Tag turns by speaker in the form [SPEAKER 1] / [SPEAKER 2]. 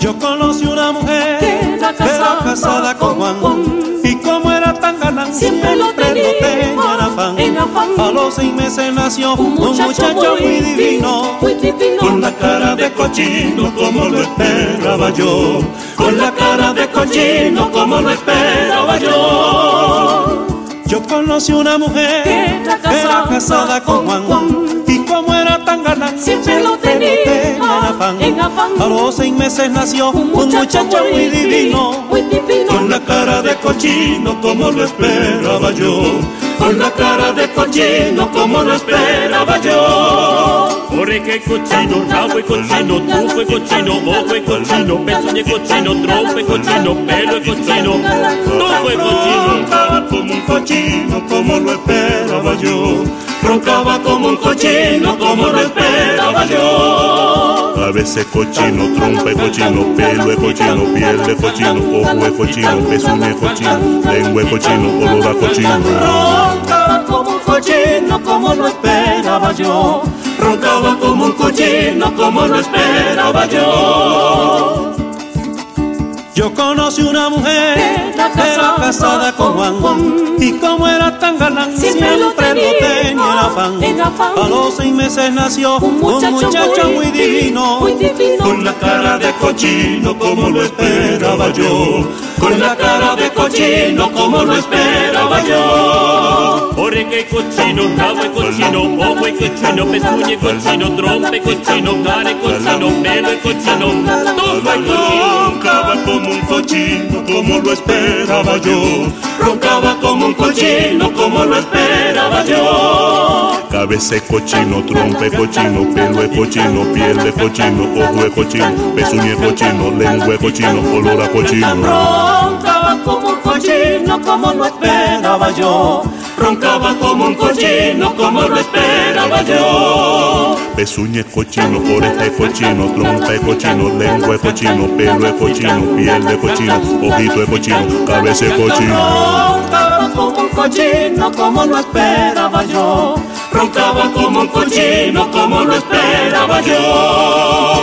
[SPEAKER 1] Yo conocí una mujer
[SPEAKER 2] Que era casada
[SPEAKER 1] con
[SPEAKER 2] con
[SPEAKER 1] Juan,
[SPEAKER 2] Juan.
[SPEAKER 1] y como era tan galán
[SPEAKER 2] Siempre lo tenía
[SPEAKER 1] en afán.
[SPEAKER 2] en afán.
[SPEAKER 1] A los seis meses nació
[SPEAKER 2] Un muchacho,
[SPEAKER 1] muy divino,
[SPEAKER 2] muy divino.
[SPEAKER 1] con la cara de cochino como lo esperaba yo, con la cara de cochino como lo esperaba yo. Yo conocí una mujer
[SPEAKER 2] Que era casada
[SPEAKER 1] era casada con
[SPEAKER 2] con
[SPEAKER 1] Juan,
[SPEAKER 2] Juan.
[SPEAKER 1] y como era tan galán
[SPEAKER 2] Siempre lo tenía en afán.
[SPEAKER 1] A los seis meses nació
[SPEAKER 2] un muchacho, muy divino, muy divino.
[SPEAKER 1] con la cara de cochino como lo esperaba yo. Con la cara de cochino como lo esperaba yo.
[SPEAKER 3] Oreja y cochino, rabo y cochino, tufo y cochino, ojo y cochino, pezuña y cochino, trompa y cochino, pelo y cochino, todo y cochino.
[SPEAKER 1] Roncaba como un cochino como lo esperaba yo. Roncaba como un cochino como lo esperaba yo.
[SPEAKER 4] A veces cochino, trompa es cochino, pelo es cochino, piel es cochino, ojo es cochino, pezuña es cochino, lengua es cochino, olor a cochino.
[SPEAKER 1] Roncaba como un cochino como lo esperaba yo. Roncaba como un cochino como lo esperaba yo. Yo conocí una mujer
[SPEAKER 2] Era casada
[SPEAKER 1] era casada con Juan,
[SPEAKER 2] con-
[SPEAKER 1] y como era tan galán
[SPEAKER 2] Siempre lo tenía
[SPEAKER 1] en afán.
[SPEAKER 2] en afán.
[SPEAKER 1] A los seis meses nació
[SPEAKER 2] Un muchacho muy di- muy divino.
[SPEAKER 1] con la cara de cochino como lo esperaba yo, con la cara de cochino como lo esperaba yo.
[SPEAKER 3] Oreja y cochino, rabo y cochino, ojo y cochino, pezuña y cochino, trompa y cochino, cara y cochino, pelo y cochino, todo y cochino.
[SPEAKER 4] Roncaba como un cochino, como lo esperaba yo.
[SPEAKER 1] Roncaba como un cochino como lo esperaba yo.
[SPEAKER 4] A veces cochino, trompa es cochino, pelo es cochino, piel es cochino, ojo es cochino, pezuña es cochino, lengua es cochino, olor a cochino.
[SPEAKER 1] Roncaba como un cochino como lo esperaba yo. Roncaba como un cochino como lo esperaba yo.
[SPEAKER 4] Pezuña es cochino, oreja es cochino, trompa es cochino, lengua es cochino, pelo es cochino, piel es cochino, ojito es cochino, cabeza es cochino.
[SPEAKER 1] Roncaba como un cochino como lo esperaba yo. Roncaba como un cochino como lo esperaba yo.